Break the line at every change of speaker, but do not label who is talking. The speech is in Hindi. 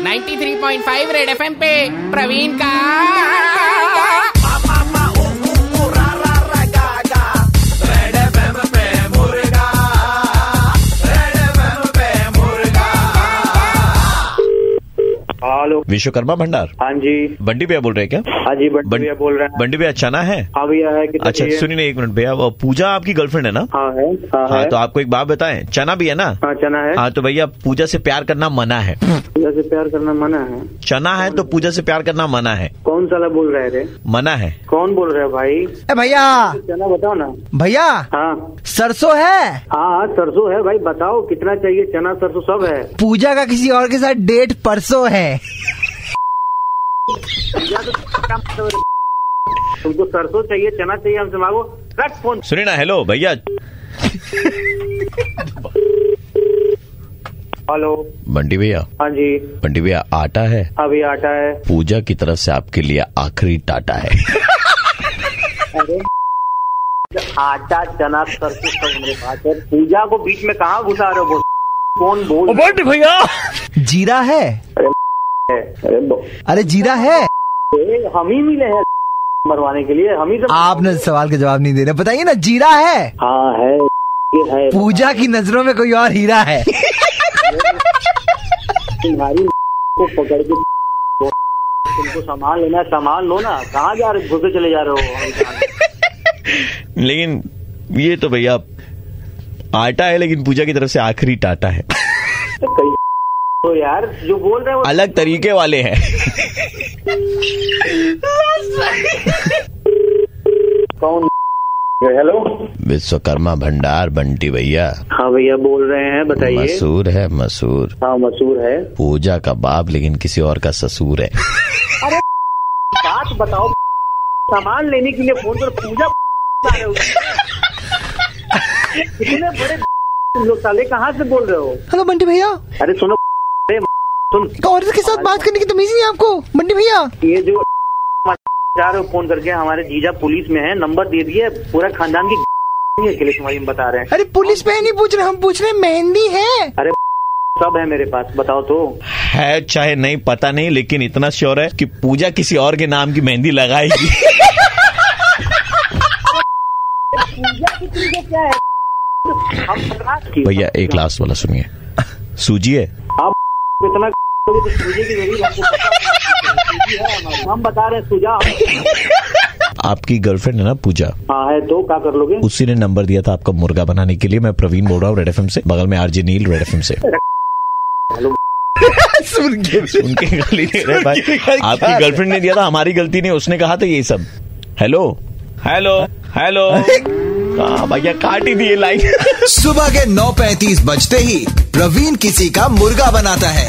93.5 रेड एफएम पे प्रवीण का
हेलो
विश्वकर्मा भंडार
हाँ जी
बंडी भैया बोल रहे हैं क्या
हाँ जी बंटी
बं-
भैया बोल रहे हैं
बंडी भैया चना है
हाँ भैया है कितना
अच्छा
चाहिए?
सुनिए ना, एक मिनट भैया वो पूजा आपकी गर्लफ्रेंड है ना
हाँ है हाँ,
हाँ
है
तो आपको एक बात बताएं चना भी है ना
हाँ चना है
हाँ तो भैया पूजा से प्यार करना मना है
पूजा से प्यार करना मना है
चना है तो पूजा से प्यार करना मना है
कौन साला बोल रहे रे
मना है
कौन बोल रहे भाई
ए भैया
चना बताओ ना
भैया
हाँ
सरसों है
हाँ हाँ सरसों है भाई बताओ कितना चाहिए चना सरसों सब है
पूजा का किसी और के साथ डेट परसों है
तुमको सरसों चाहिए चना चाहिए हमसे मांगो कट फोन
सुनिए ना हेलो भैया
हेलो
बंडी भैया
हाँ जी
बंडी भैया आटा है
हाँ भैया आटा है
पूजा की तरफ से आपके लिए आखिरी टाटा है
अरे आटा चना सरसों सब मेरे पास है पूजा को बीच में कहाँ घुसा रहे हो कौन बोल
बंडी भैया
जीरा है
रहे हैं? अरे बो-
अरे जीरा है
ए, हम ही मिले हैं मरवाने के लिए हम ही सब
आपने सवाल का जवाब नहीं दे रहे बताइए ना जीरा है
हाँ है ये है
पूजा की नजरों में कोई और हीरा है
तुम्हारी को पकड़ के तुमको सामान लेना है सामान लो ना कहाँ जा रहे घुसे चले जा रहे हो
लेकिन ये तो भैया आटा है लेकिन पूजा की तरफ से आखिरी टाटा है
कहीं तो यार जो बोल रहे हो
अलग तरीके वाले हैं
कौन हेलो
विश्वकर्मा भंडार बंटी भैया
हाँ भैया बोल रहे हैं बताइए
मसूर है मसूर
हाँ मशहूर है
पूजा का बाप लेकिन किसी और का ससुर है
बात बताओ सामान लेने के लिए फोन पर पूजा आ रहे हो कितने बड़े तुम लोग साले कहाँ से बोल रहे हो
हेलो बंटी भैया
अरे सुनो अरे सुन
औरत के साथ बात करने की तमीज नहीं है आपको बंटी भैया
ये जो जा रहे हो फोन करके हमारे जीजा पुलिस में है नंबर दे दिए पूरा खानदान की के लिए तुम्हारी हम बता रहे हैं
अरे पुलिस पे नहीं पूछ रहे हम पूछ रहे हैं, मेहंदी है
सब है मेरे पास बताओ तो
है चाहे नहीं पता नहीं लेकिन इतना श्योर है कि पूजा किसी और के नाम की मेहंदी लगाएगी
हम बता कि
भैया एक लास्ट वाला सुनिए सूजी है
इतना तो सूजी की जरूरत आपको पता है। सूजी है हमारे। हम बता रहे हैं सुझा
आपकी गर्लफ्रेंड है ना पूजा
हाँ है तो क्या कर लोगे
उसी ने नंबर दिया था आपका मुर्गा बनाने के लिए मैं प्रवीण बोल रहा हूँ रेड एफ से बगल में आरजे नील रेड एफ से उनकी गली नहीं रहे भाई आपकी गर्लफ्रेंड ने दिया था हमारी गलती नहीं उसने कहा था ये सब हेलो हेलो हेलो कहा भैया काट ही दिए लाइन
सुबह के 9:35 बजते ही प्रवीण किसी का मुर्गा बनाता है